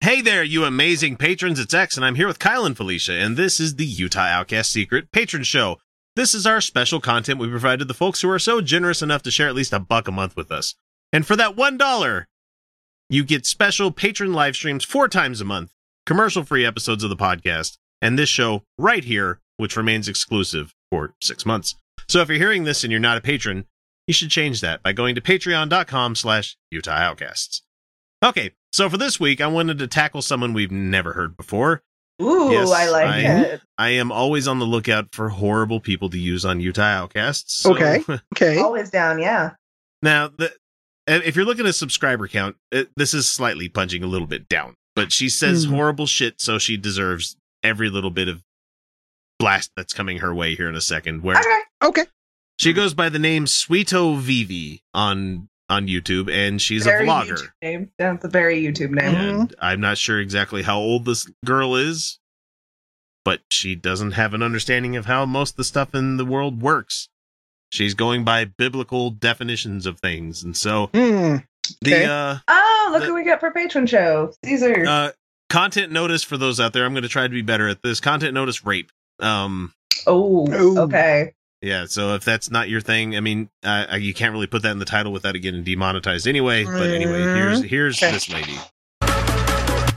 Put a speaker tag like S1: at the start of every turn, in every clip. S1: Hey there, you amazing patrons. It's X, and I'm here with Kyle and Felicia, and this is the Utah Outcast Secret Patron Show. This is our special content we provide to the folks who are so generous enough to share at least a buck a month with us. And for that $1, you get special patron live streams four times a month, commercial free episodes of the podcast, and this show right here, which remains exclusive for six months. So if you're hearing this and you're not a patron, you should change that by going to patreon.com slash Utah Outcasts. Okay, so for this week, I wanted to tackle someone we've never heard before.
S2: Ooh,
S1: Yes,
S2: I like
S1: I-
S2: it.
S1: I am always on the lookout for horrible people to use on Utah Outcasts. so-
S3: Okay. Okay.
S2: Always down, yeah.
S1: Now, the, if you're looking at subscriber count, it, this is slightly punching a little bit down, but she says
S3: Mhm.
S1: horrible shit, so she deserves every little bit of blast that's coming her way here in a second. Where
S2: Okay.
S3: Okay.
S1: she goes by the name Sweeto Vivi on on YouTube, and she's
S2: Very
S1: a vlogger. Mm-hmm.
S2: YouTube name. That's a very YouTube name.
S3: Yeah.
S1: And I'm not sure exactly how old this girl is, but she doesn't have an understanding of how most of the stuff in the world works. She's going by biblical definitions of things, and so
S3: Hmm. Okay.
S1: the uh,
S2: Oh, look
S1: The-
S2: who we got for patron show. Caesar.
S1: uh, content notice for those out there. I'm going to try to be better at this. Content notice rape. Um,
S2: oh,
S3: Ooh.
S2: okay.
S1: yeah. So if that's not your thing, I mean, uh, uh, you can't really put that in the title without it getting demonetized anyway. But anyway,
S3: Mhm.
S1: here's here's
S2: Okay.
S1: this lady.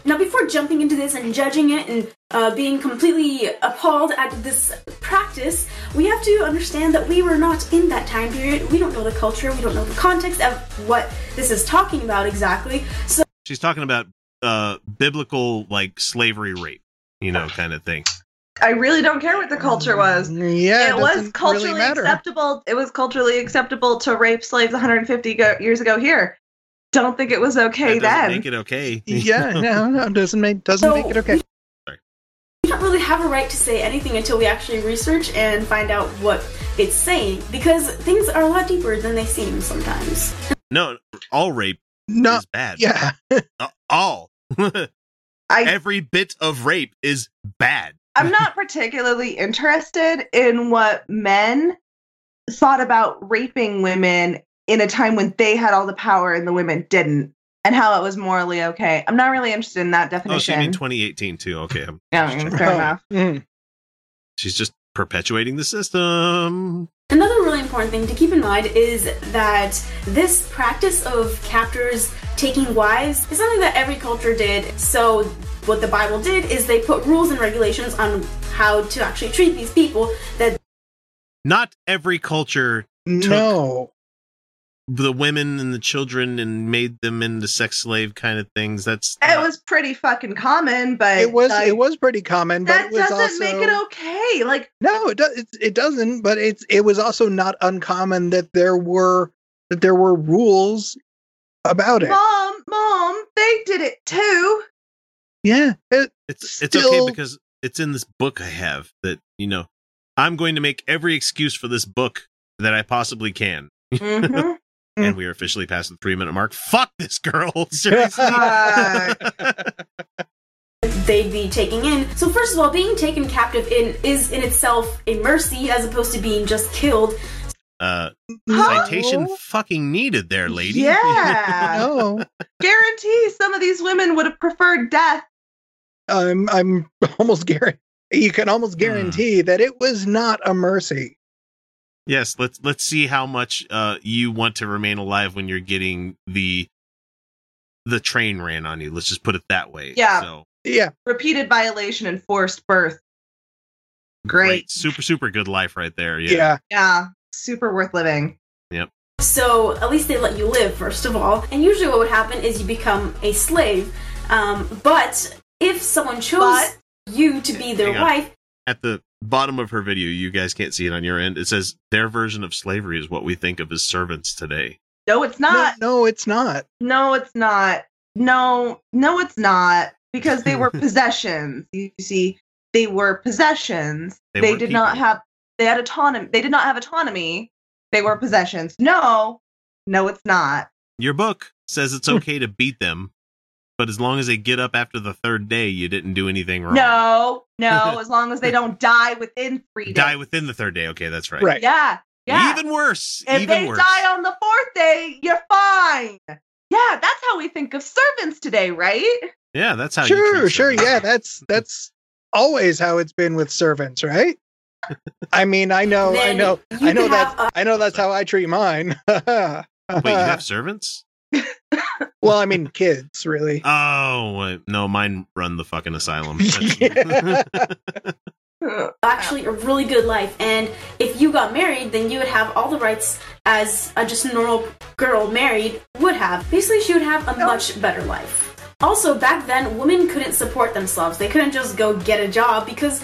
S4: Now, before jumping into this and judging it and uh, being completely appalled at this practice, we have to understand that we were not in that time period. We don't know the culture, we don't know the context of what this is talking about exactly. So,
S1: She's talking about uh, biblical like slavery rape, you know, kind of thing.
S2: I really don't care what the culture was.
S3: Mm-hmm. Yeah.
S2: it was
S3: doesn't
S2: culturally
S3: really matter.
S2: acceptable. It was culturally acceptable to rape slaves 150 go- years ago here. Don't think it was okay
S1: That doesn't
S2: then.
S1: make it okay.
S3: yeah. No. No. Doesn't make doesn't
S4: so
S3: make it okay.
S4: we don't really have a right to say anything until we actually research and find out what it's saying because things are a lot deeper than they seem sometimes.
S1: No, all rape
S3: No.
S1: is bad.
S3: Yeah.
S1: Uh, all.
S2: I,
S1: Every bit of rape is bad.
S2: I'm not particularly interested in what men thought about raping women in a time when they had all the power and the women didn't, and how it was morally okay. I'm not really interested in that
S1: Oh, so
S2: definition.
S1: you mean 2018 too? Okay, I'm-
S2: Yeah, I mean, fair
S3: Oh,
S2: enough.
S3: mm.
S1: she's just perpetuating the system.
S4: Another really important thing to keep in mind is that this practice of captors taking wives is something that every culture did. So, what the Bible did is they put rules and regulations on how to actually treat these people that
S1: Not every culture
S3: No.
S1: the women and the children and made them into sex slave kind of things. That's
S2: It was pretty fucking common, but
S3: It was
S2: like,
S3: it was pretty common, but
S2: that
S3: it was
S2: doesn't
S3: also
S2: make it okay. Like
S3: no. It does. It, it doesn't. But it's it was also not uncommon that there were that there were rules about it.
S2: Mom, mom, they did it too.
S3: Yeah. It,
S1: it's it's okay
S3: still-
S1: because it's in this book I have that you know I'm going to make every excuse for this book that I possibly can.
S2: Mhm.
S1: And we are officially past the three minute mark. Fuck this girl. Seriously.
S2: Uh,
S1: Uh,
S4: they'd be taking in. So, first of all, being taken captive in is in itself a mercy as opposed to being just killed.
S1: uh
S2: Huh?
S1: citation fucking needed there, lady.
S2: Oh. Yeah.
S3: No.
S2: Guarantee some of these women would have preferred death.
S3: I'm I'm almost guarantee you can
S1: Hmm.
S3: almost guarantee that it was not a mercy.
S1: yes, let's let's see how much uh you want to remain alive when you're getting the the train ran on you. Let's just put it that way.
S2: Yeah.
S1: So
S3: Yeah.
S2: Repeated violation and forced birth. Great.
S1: great. Super, super good life right there.
S3: Yeah.
S1: Yeah.
S2: Yeah. Super worth living.
S4: So, at least they let you live, first of all. And usually, what would happen is you become a slave. Um, but if someone chose
S2: But-
S4: you to be their
S1: Hang on.
S4: wife,
S1: At the bottom of her video, you guys can't see it on your end. It says their version of slavery is what we think of as servants today.
S2: No, it's
S3: No,
S2: not.
S3: No, it's not.
S2: No, it's not. No, no, it's not. Because they were possessions. You see, they were possessions.
S1: They
S2: They,
S1: weren't
S2: did not
S1: people.
S2: have they had autonomy they did not have autonomy. They were possessions. No, no, it's not.
S1: Your book says it's
S3: Hmm.
S1: okay to beat them, but as long as they get up after the third day, you didn't do anything wrong.
S2: No, no, as long as they don't die within three days.
S1: Die within the third day. Okay, that's right.
S3: Right.
S2: Yeah. Yeah.
S1: Even worse.
S2: if
S1: even
S2: they
S1: worse.
S2: die on the fourth day, you're fine. Yeah, that's how we think of servants today, right?
S1: Yeah, that's how. you
S3: sure
S1: treat
S3: sure
S1: someone.
S3: yeah that's that's always how it's been with servants right i mean i know i
S4: Then
S3: know
S4: you
S3: i know
S4: could
S3: that
S4: have a-
S3: i know that's how i treat mine
S1: Wait,
S3: uh,
S1: you have servants?
S3: well i mean kids really
S1: Oh wait, no, mine run the fucking asylum.
S3: Yeah.
S4: actually a really good life. And if you got married, then you would have all the rights as a just normal girl married would have. Basically, she would have a much better life. Also, back then, women couldn't support themselves. They couldn't just go get a job because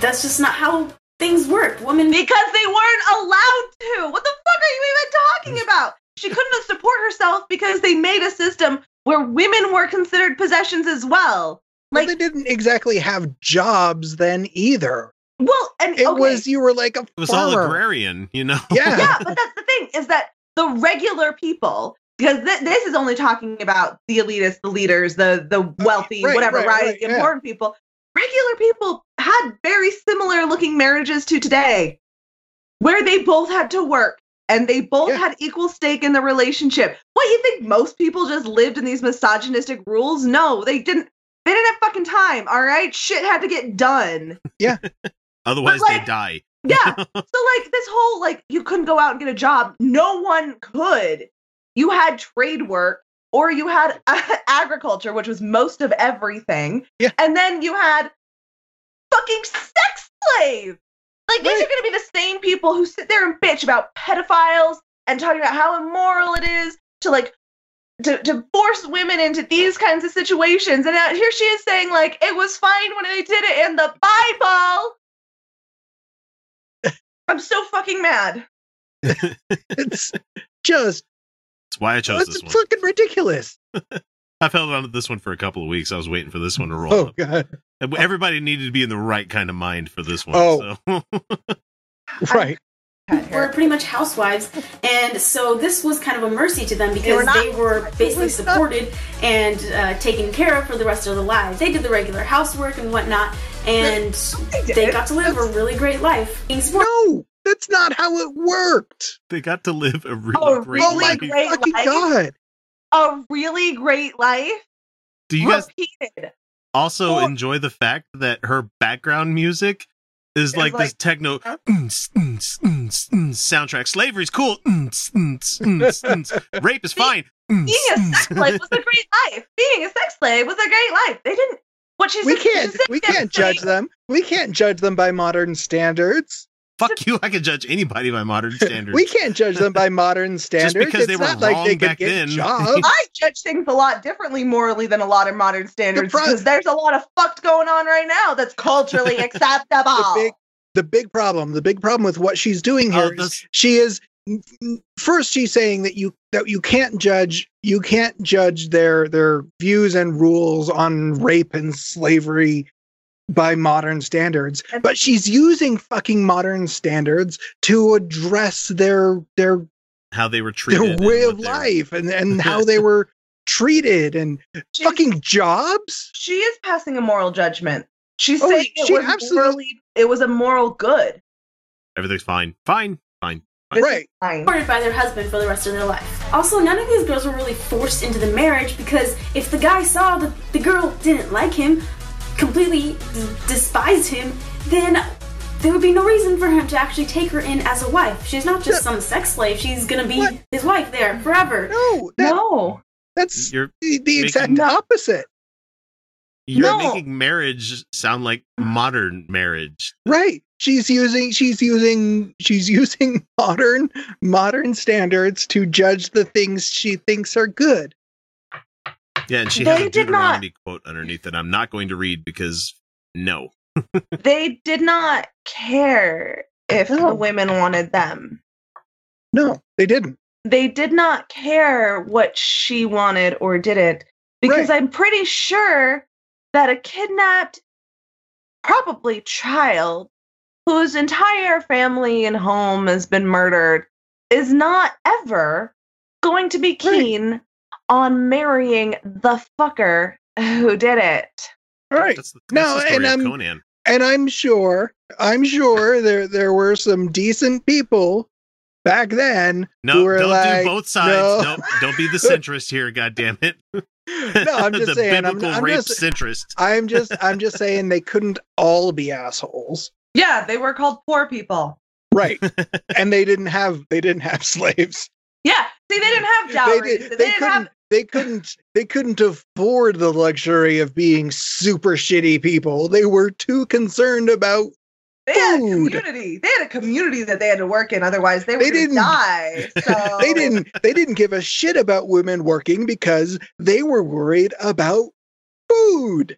S4: that's just not how things worked. Women
S2: because they weren't allowed to. What the fuck are you even talking about? She couldn't support herself because they made a system where women were considered possessions as well.
S3: like
S2: Like,
S3: they didn't exactly have jobs then either
S2: well, and
S3: it
S2: okay.
S3: was you were like a
S1: It was all
S3: farmer
S1: agrarian, you know.
S3: yeah,
S2: yeah, but that's the thing is that the regular people, because th- this is only talking about the elitists, the leaders, the the wealthy,
S3: Mm, right,
S2: whatever,
S3: right,
S2: rising
S3: right, yeah.
S2: important people. Regular people had very similar looking marriages to today, where they both had to work and they both
S3: Yeah.
S2: had equal stake in the relationship. What you think most people just lived in these misogynistic rules? No, they didn't. They didn't have fucking time. All right, shit had to get done.
S1: Otherwise,
S2: But, like-
S1: they die.
S2: Yeah. so like this whole like you couldn't go out and get a job. No one could. You had trade work or you had agriculture, which was most of everything.
S3: Yeah.
S2: And then you had fucking sex slaves. Like these are
S3: Right.
S2: going to be the same people who sit there and bitch about pedophiles and talking about how immoral it is to like to, to force women into these kinds of situations. And out here she is saying like it was fine when they did it in the Bible. I'm so fucking mad.
S3: it's just
S1: That's why I chose
S3: that's
S1: this one.
S3: fucking ridiculous
S1: I've held on to this one for a couple of weeks. I was waiting for this one to roll.
S3: oh
S1: up.
S3: god
S1: And Everybody needed to be in the right kind of mind for this one.
S3: Oh.
S1: so.
S3: right
S4: were pretty much housewives, and so this was kind of a mercy to them
S2: were
S4: because
S2: not-
S4: they were basically supported and uh, taken care of for the rest of their lives. They did the regular housework and whatnot, and
S2: did.
S4: they got to live a
S3: That's-
S4: really great life. Being supported
S3: no that's not how it worked
S1: they got to live a really
S2: Oh,
S1: great
S3: oh my
S1: life.
S2: like- Great
S3: fucking
S2: life.
S3: god
S2: A really great life.
S1: Do you guys
S2: repeated.
S1: also
S2: Well-
S1: enjoy the fact that her background music is
S2: It's
S1: like, this
S2: like-
S1: techno
S3: uh,
S1: "Mm, mm, mm, mm," soundtrack? Slavery's cool. Mm, mm, mm, mm. Rape is fine. Mm,
S2: Being a
S1: mm.
S2: sex slave was a great life. Being a sex slave was a great life. They didn't. What she
S3: we
S2: said- she
S3: can't
S2: said
S3: we
S2: that
S3: can't
S2: she-
S3: judge them we can't judge them by modern standards
S1: Fuck you! I can judge anybody by modern standards.
S3: we can't judge them by modern standards
S1: because they
S3: It's
S1: were
S3: not like
S1: wrong
S3: they could
S1: back
S3: get
S1: then.
S3: jobs.
S2: I judge things a lot differently morally than a lot of modern standards
S3: pro-
S2: because there's a lot of fucked going on right now that's culturally acceptable.
S3: the big the big problem the big problem with what she's doing
S1: Oh,
S3: here is
S1: this-
S3: she is first she's saying that you that you can't judge you can't judge their their views and rules on rape and slavery by modern standards but she's using fucking modern standards to address their their
S1: how they were treated.
S3: their
S1: and
S3: way of
S1: what they-
S3: life and and how they were treated and
S2: She's-
S3: fucking jobs
S2: she is passing a moral judgment. She's
S3: Oh,
S2: saying it
S3: she
S2: was
S3: absolutely-
S2: morally, it was a moral good.
S1: Everything's fine. Fine. Fine.
S2: This is
S3: right
S2: fine.
S4: supported by their husband for the rest of their life. Also, none of these girls were really forced into the marriage because if the guy saw that the girl didn't like him, completely d- despised him, then there would be no reason for him to actually take her in as a wife. She's not just some sex slave, she's gonna be
S3: What?
S4: his wife there forever.
S3: no that,
S2: No.
S3: that's
S1: You're
S3: the, the exact
S1: making-
S3: opposite
S1: you're
S2: No.
S1: making marriage sound like modern marriage.
S3: right she's using she's using she's using modern modern standards to judge the things she thinks are good
S1: Yeah, and she
S2: They
S1: has a
S2: did not-
S1: Deuteronomy quote underneath that I'm not going to read because no.
S2: they did not care if
S3: No.
S2: the women wanted them.
S3: no they didn't
S2: They did not care what she wanted or didn't because I'm pretty sure that a kidnapped, probably child, whose entire family and home has been murdered is not ever going to be keen on marrying the fucker who did it.
S3: all right
S1: That's, the- that's
S3: No,
S1: the story
S3: and,
S1: of
S3: um,
S1: Conan.
S3: and i'm sure i'm sure there there were some decent people back then
S1: No,
S3: were
S1: don't
S3: like,
S1: do both sides.
S3: no.
S1: Don't don't be the centrist here, god damn it.
S3: No, I'm just
S1: the
S3: saying. I'm,
S1: biblical
S3: I'm
S1: rape
S3: just,
S1: centrist.
S3: I'm just, I'm just saying they couldn't all be assholes,
S2: Yeah, they were called poor people.
S3: right? and they didn't have, they didn't have slaves.
S2: Yeah. See, they didn't have
S3: They,
S2: dowries.
S3: did,
S2: They,
S3: they,
S2: didn't
S3: couldn't,
S2: have.
S3: they couldn't, they couldn't afford the luxury of being super shitty people. They were too concerned about.
S2: They had a
S3: food.
S2: community. They had a community that they had to work in. Otherwise, they would
S3: They didn't-
S2: die. So
S3: They didn't, they didn't give a shit about women working because they were worried about food.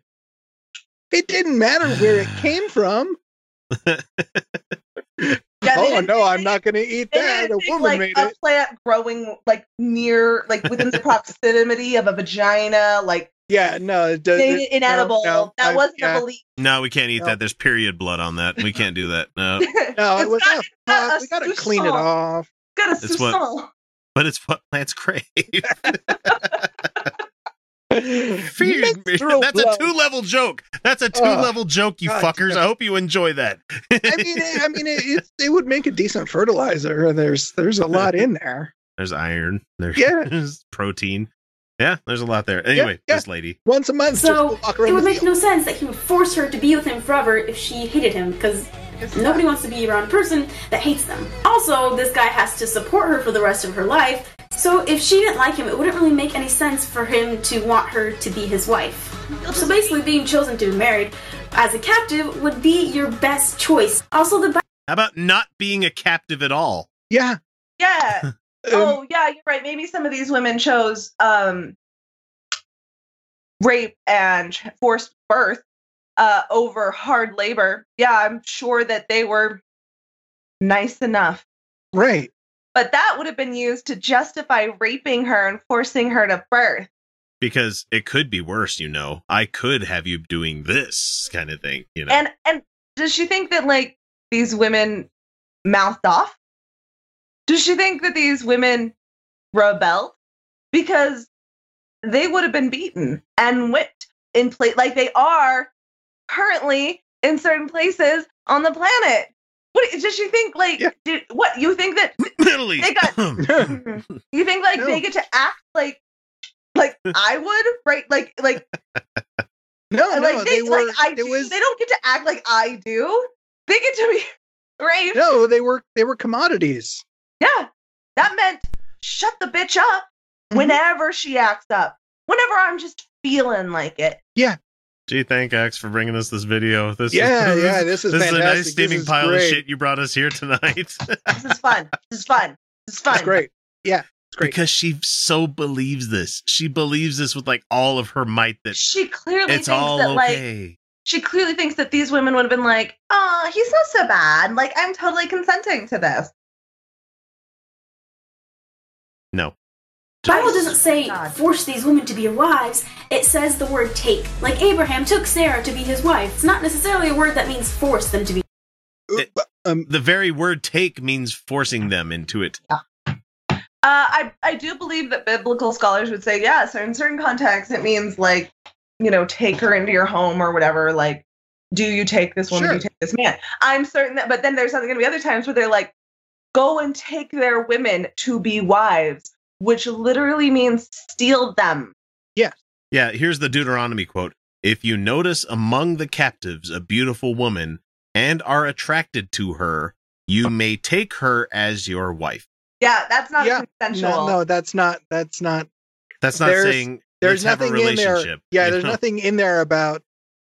S3: It didn't matter where it came from.
S2: Yeah, they
S3: oh
S2: didn't
S3: no,
S2: think-
S3: I'm not going to eat
S2: they
S3: that. A
S2: didn't think,
S3: woman
S2: like, uh,
S3: made
S2: a
S3: it.
S2: plant growing like near, like within the proximity of a vagina, like
S3: Yeah, no, it does,
S2: they, inedible.
S3: Uh, no,
S2: that
S3: I-
S2: wasn't
S3: yeah.
S2: a belief.
S1: no, we can't eat
S3: No.
S1: that. There's period blood on that. We can't do that. No,
S3: no,
S2: It's
S3: it was
S2: not-
S3: not.
S2: not
S3: fuck,
S2: a
S3: we got to
S2: sous
S3: clean it
S2: salt.
S3: off.
S2: Got a
S1: It's what-
S2: Susan.
S1: but it's what plants crave. Feed me.
S3: Menstrual
S1: That's a
S3: blood. Oh,
S1: two level joke. That's a two level joke, you
S3: God
S1: fuckers.
S3: damn.
S1: I hope you enjoy that.
S3: I mean, it- I mean, it, it, it would make a decent fertilizer. There's there's a lot in there.
S1: there's iron. There's
S3: Yeah.
S1: protein. Yeah, there's a lot there. Anyway,
S3: yeah.
S1: this lady.
S3: Once a month,
S4: So,
S3: just walk
S4: It
S3: around
S4: would
S3: the
S4: make
S3: field.
S4: no sense that he would force her to be with him forever if she hated him, because nobody wants to be around a person that hates them. Also, this guy has to support her for the rest of her life, so if she didn't like him, it wouldn't really make any sense for him to want her to be his wife. So basically, being chosen to be married as a captive would be your best choice. Also, the
S1: How about not being a captive at all?
S3: Yeah. um,
S2: Yeah. oh yeah, you're right. Maybe some of these women chose um rape and forced birth uh over hard labor. Yeah, I'm sure that they were nice enough.
S3: Right.
S2: But that would have been used to justify raping her and forcing her to birth.
S1: Because it could be worse, you know. I could have you doing this kind of thing, you know.
S2: And and does she think that like these women mouthed off? Does she think that these women rebelled? Because they would have been beaten and whipped in place like they are currently in certain places on the planet. What does she think like
S3: Yeah.
S2: did, what you think that
S1: Middle East.
S2: They got- you think like
S3: No.
S2: they get to act like like I would, right? Like like
S3: no,
S2: and,
S3: no,
S2: like
S3: they
S2: they,
S3: were.
S2: like I
S3: they
S2: do.
S3: was
S2: they don't get to act like I do. They get to be raped.
S3: no, they were they were commodities.
S2: Yeah, that meant shut the bitch up
S3: Mm-hmm.
S2: whenever she acts up. Whenever I'm just feeling like it.
S1: Gee, thank X for bringing us this video. This
S3: Yeah,
S1: is,
S3: yeah, this is
S1: This is a
S3: fantastic.
S1: nice
S3: This
S1: steaming
S3: is
S1: pile of
S3: great.
S1: shit you brought us here tonight.
S2: This is fun. this is fun. This is fun.
S3: It's great. Great.
S1: because she so believes this. She believes this with like all of her might that
S2: She clearly
S1: it's
S2: thinks
S1: all
S2: that like
S1: okay.
S2: she clearly thinks that these women would have been like, "Oh, he's not so bad. Like I'm totally consenting to this."
S1: no.
S4: Bible doesn't say
S2: God.
S4: force these women to be your wives. It says the word take. Like Abraham took Sarah to be his wife. It's not necessarily a word that means force them to be.
S1: It-
S3: um,
S1: The very word take means forcing them into it.
S2: Uh, I I do believe that biblical scholars would say yeah. So in certain contexts, it means like you know take her into your home or whatever. Like, do you take this woman? Do you
S3: Sure.
S2: take this man? I'm certain that. But then there's going to be other times where they're like, go and take their women to be wives, which literally means steal them.
S1: Yeah, here's the Deuteronomy quote. If you notice among the captives a beautiful woman and are attracted to her, you may take her as your wife.
S2: Yeah, that's not
S3: Yeah.
S2: consensual.
S3: no, no, that's not. That's not
S1: That's not
S3: There's-
S1: saying
S3: there's
S1: let's
S3: nothing
S1: have a
S3: in there.
S1: relationship.
S3: Yeah,
S1: You
S3: there's
S1: know,
S3: nothing in there about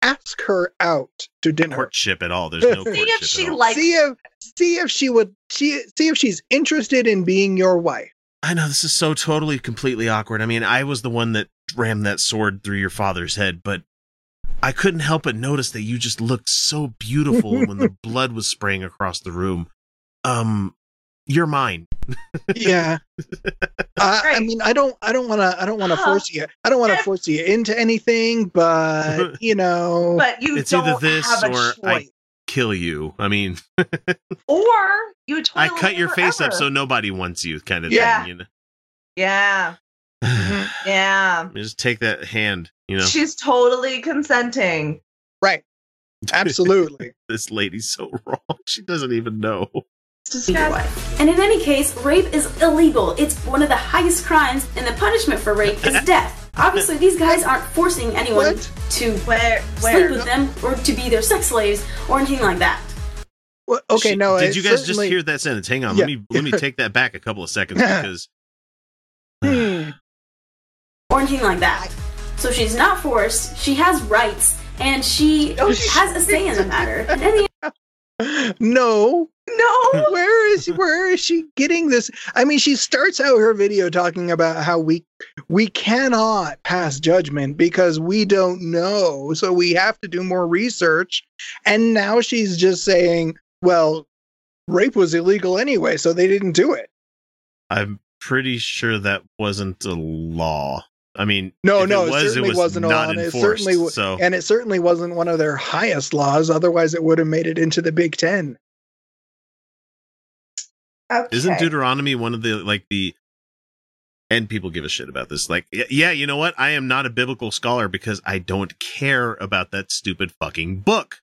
S3: ask her out to dinner.
S1: courtship at all. There's no
S3: See
S1: courtship.
S2: See if she
S1: at all.
S2: likes.
S3: see if see if she would she see if she's interested in being your wife.
S1: I know this is so totally completely awkward. I mean, I was the one that rammed that sword through your father's head, but I couldn't help but notice that you just looked so beautiful when the blood was spraying across the room. Um, you're mine.
S3: Yeah. I- I
S2: Right.
S3: mean, I don't I don't want to I don't want to
S2: Huh.
S1: Uh-huh.
S3: force you. I don't want to
S2: If-
S3: force you into anything, but you know,
S2: but you
S1: It's
S2: don't
S1: either this
S2: have a
S1: or
S2: choice.
S1: I- Kill you. I mean,
S2: or you.
S1: I
S2: toil
S1: cut
S2: away
S1: your face up
S2: forever.
S1: so nobody wants you, kind of
S2: Yeah.
S1: thing. You know,
S2: yeah, yeah.
S1: just take that hand. You know,
S2: She's totally consenting.
S3: right. Absolutely.
S1: this lady's so wrong. She doesn't even know.
S2: It's just
S4: Be your
S2: guys-
S4: wife. And in any case, rape is illegal. It's one of the highest crimes, and the punishment for rape is death. Obviously, these guys aren't forcing anyone
S3: What?
S4: to
S2: Where?
S4: sleep
S2: Where?
S4: with them or to be their sex slaves or anything like that.
S3: Well, okay,
S1: She-
S3: no.
S1: Did
S3: it
S1: you guys
S3: certainly-
S1: just hear that sentence? Hang on. Let
S3: Yeah.
S1: me let me take that back a couple of seconds because
S3: Hmm.
S4: or anything like that. So she's not forced. She has rights, and she
S2: Oh, she-
S4: has a say in the matter. And then the
S3: Hmm. No,
S2: No.
S3: Oh, where is where is she getting this? I mean, she starts out her video talking about how we we cannot pass judgment because we don't know, so we have to do more research. And now she's just saying, well, rape was illegal anyway, so they didn't do it.
S1: I'm pretty sure that wasn't a law. I mean,
S3: No,
S1: if
S3: no,
S1: it
S3: it
S1: was,
S3: certainly
S1: was
S3: wasn't a law,
S1: not
S3: and it
S1: enforced.
S3: certainly wa-
S1: so
S3: And it certainly wasn't one of their highest laws, otherwise it would have made it into the Big 10.
S2: Okay.
S1: isn't Deuteronomy one of the like the and people give a shit about this. Like, y- yeah, you know what? I am not a biblical scholar because I don't care about that stupid fucking book.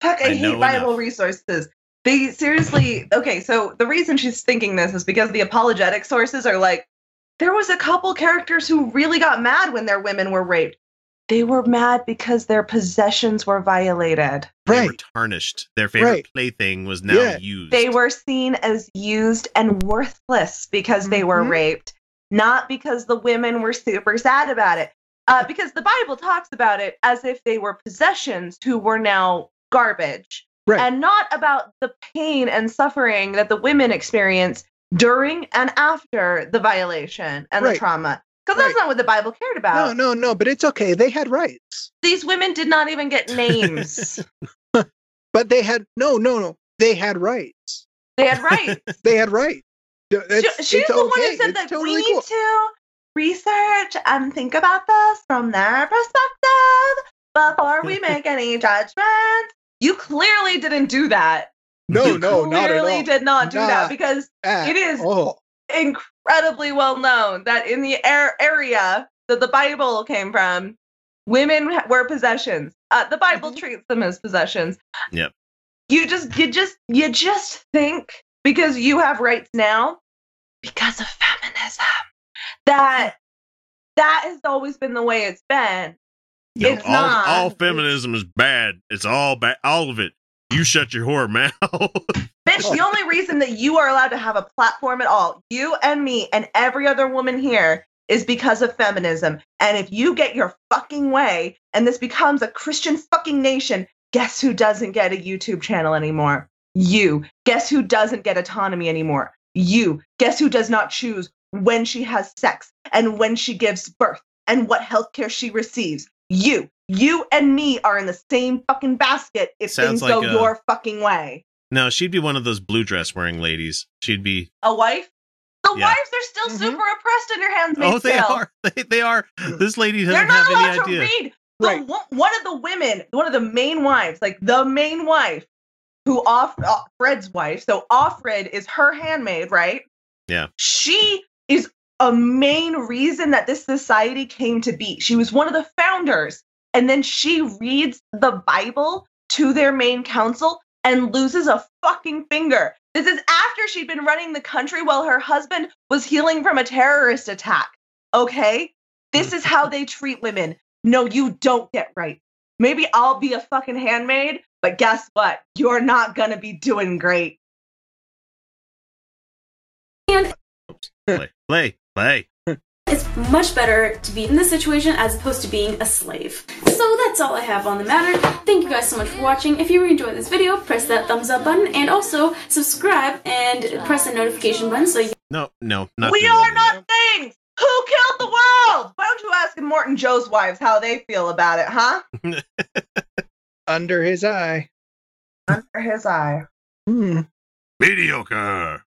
S2: Fuck, I,
S1: I know
S2: hate Bible
S1: enough.
S2: resources. They seriously, okay, so the reason she's thinking this is because the apologetic sources are like, there was a couple characters who really got mad when their women were raped. They were mad because their possessions were violated.
S1: They were
S3: Right.
S1: tarnished. Their favorite
S3: Right.
S1: plaything was now
S3: Yeah.
S1: used.
S2: They were seen as used and worthless because they were
S3: Mhm.
S2: raped, not because the women were super sad about it. Uh, because the Bible talks about it as if they were possessions who were now garbage,
S3: Right.
S2: and not about the pain and suffering that the women experience during and after the violation and
S3: Right.
S2: the trauma. Because that's
S3: Right.
S2: not what the Bible cared about.
S3: No, no, no, but it's okay. They had rights.
S2: These women did not even get names.
S3: But they had no, no, no. They had rights.
S2: they had rights.
S3: They had right. D- it's-
S2: She- she's
S3: it's
S2: the one
S3: okay.
S2: who said
S3: It's
S2: that we
S3: totally
S2: need
S3: cool.
S2: to research and think about this from their perspective before we make any judgments. You clearly didn't do that.
S3: No,
S2: you
S3: no, Oh, not at
S2: clearly
S3: all.
S2: did not do
S3: Not
S2: that because
S3: At
S2: it is-
S3: all.
S2: incredibly well known that in the air area that the Bible came from, women ha- were possessions. Uh, the Bible treats them as possessions.
S1: Yep.
S2: You just, you just, you just think because you have rights now, because of feminism, that that has always been the way it's been.
S1: No,
S2: It's
S1: all,
S2: not.
S1: all feminism is bad. It's all bad. All of it. You shut your whore mouth.
S2: Bitch, the only reason that you are allowed to have a platform at all, you and me and every other woman here, is because of feminism. And if you get your fucking way and this becomes a Christian fucking nation, guess who doesn't get a YouTube channel anymore? You. Guess who doesn't get autonomy anymore? You. Guess who does not choose when she has sex and when she gives birth and what healthcare she receives? You. You and me are in the same fucking basket if
S1: Sounds
S2: things go
S1: like a-
S2: your fucking way
S1: no, she'd be one of those blue dress wearing ladies. She'd be.
S2: a wife. The
S1: Yeah.
S2: wives are still
S3: Mhm.
S2: super oppressed in your hands.
S1: Oh, they
S2: still.
S1: are. They, they are. This lady
S2: They're
S1: doesn't
S2: not
S1: have any
S2: allowed to
S1: idea.
S2: read. The,
S3: Right.
S2: one- one of the women, one of the main wives, like the main wife, who off uh, Fred's wife. So Offred is her handmaid, right?
S1: Yeah.
S2: She is a main reason that this society came to be. She was one of the founders, and then she reads the Bible to their main council and loses a fucking finger. This is after she'd been running the country while her husband was healing from a terrorist attack. Okay? This is how they treat women. No, you don't get right. Maybe I'll be a fucking handmaid, but guess what? You're not gonna be doing great.
S1: Play, play, play.
S4: It's much better to be in this situation as opposed to being a slave. So that's all I have on the matter. Thank you guys so much for watching. If you enjoyed this video, press that thumbs up button and also subscribe and press the notification button so you
S1: No, no, not.
S2: we
S1: doing
S2: are
S1: that.
S2: not things! Who killed the world? Why don't you ask Morton Joe's wives how they feel about it, huh?
S3: Under his eye.
S2: Under his eye.
S3: Hmm.
S1: mediocre.